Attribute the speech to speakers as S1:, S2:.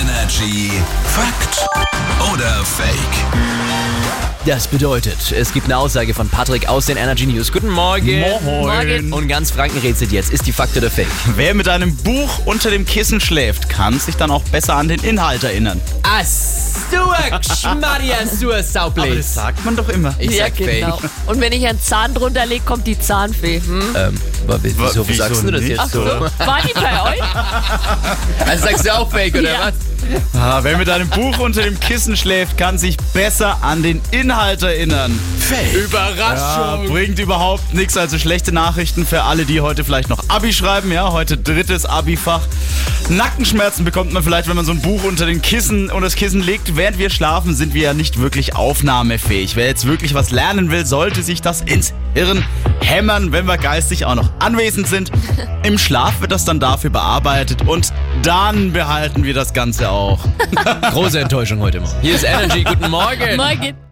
S1: Energy Fakt oder Fake?
S2: Das bedeutet, es gibt eine Aussage von Patrick aus den Energy News. Guten Morgen.
S3: Moin.
S2: Und ganz Franken rätselt jetzt, ist die Fakt oder Fake?
S3: Wer mit einem Buch unter dem Kissen schläft, kann sich dann auch besser an den Inhalt erinnern.
S2: Assur, Saublitz.
S3: sagt man doch immer.
S2: Ich
S4: Ja,
S2: sag
S4: genau.
S2: Fake.
S4: Und wenn ich einen Zahn drunter lege, kommt die Zahnfee. Hm?
S2: Ähm, wa- wieso,
S3: Wa- wieso
S2: sagst du das
S3: nicht?
S2: jetzt
S3: Ach
S2: so?
S4: War die bei euch?
S2: Also sagst du auch Fake, oder
S4: Ja.
S2: was?
S3: Ah, wer mit einem Buch unter dem Kissen schläft, kann sich besser an den Inhalt erinnern.
S1: Fake.
S3: Ja, bringt überhaupt nichts. Also schlechte Nachrichten für alle, die heute vielleicht noch Abi schreiben. Ja, heute drittes Abi-Fach. Nackenschmerzen bekommt man vielleicht, wenn man so ein Buch unter den Kissen und das Kissen legt. Während wir schlafen, sind wir ja nicht wirklich aufnahmefähig. Wer jetzt wirklich was lernen will, sollte sich das ins Hirn hämmern, wenn wir geistig auch noch anwesend sind. Im Schlaf wird das dann dafür bearbeitet und dann behalten wir das Ganze auch.
S2: Große Enttäuschung heute Morgen. Hier ist Energy, guten Morgen.
S4: Morgen.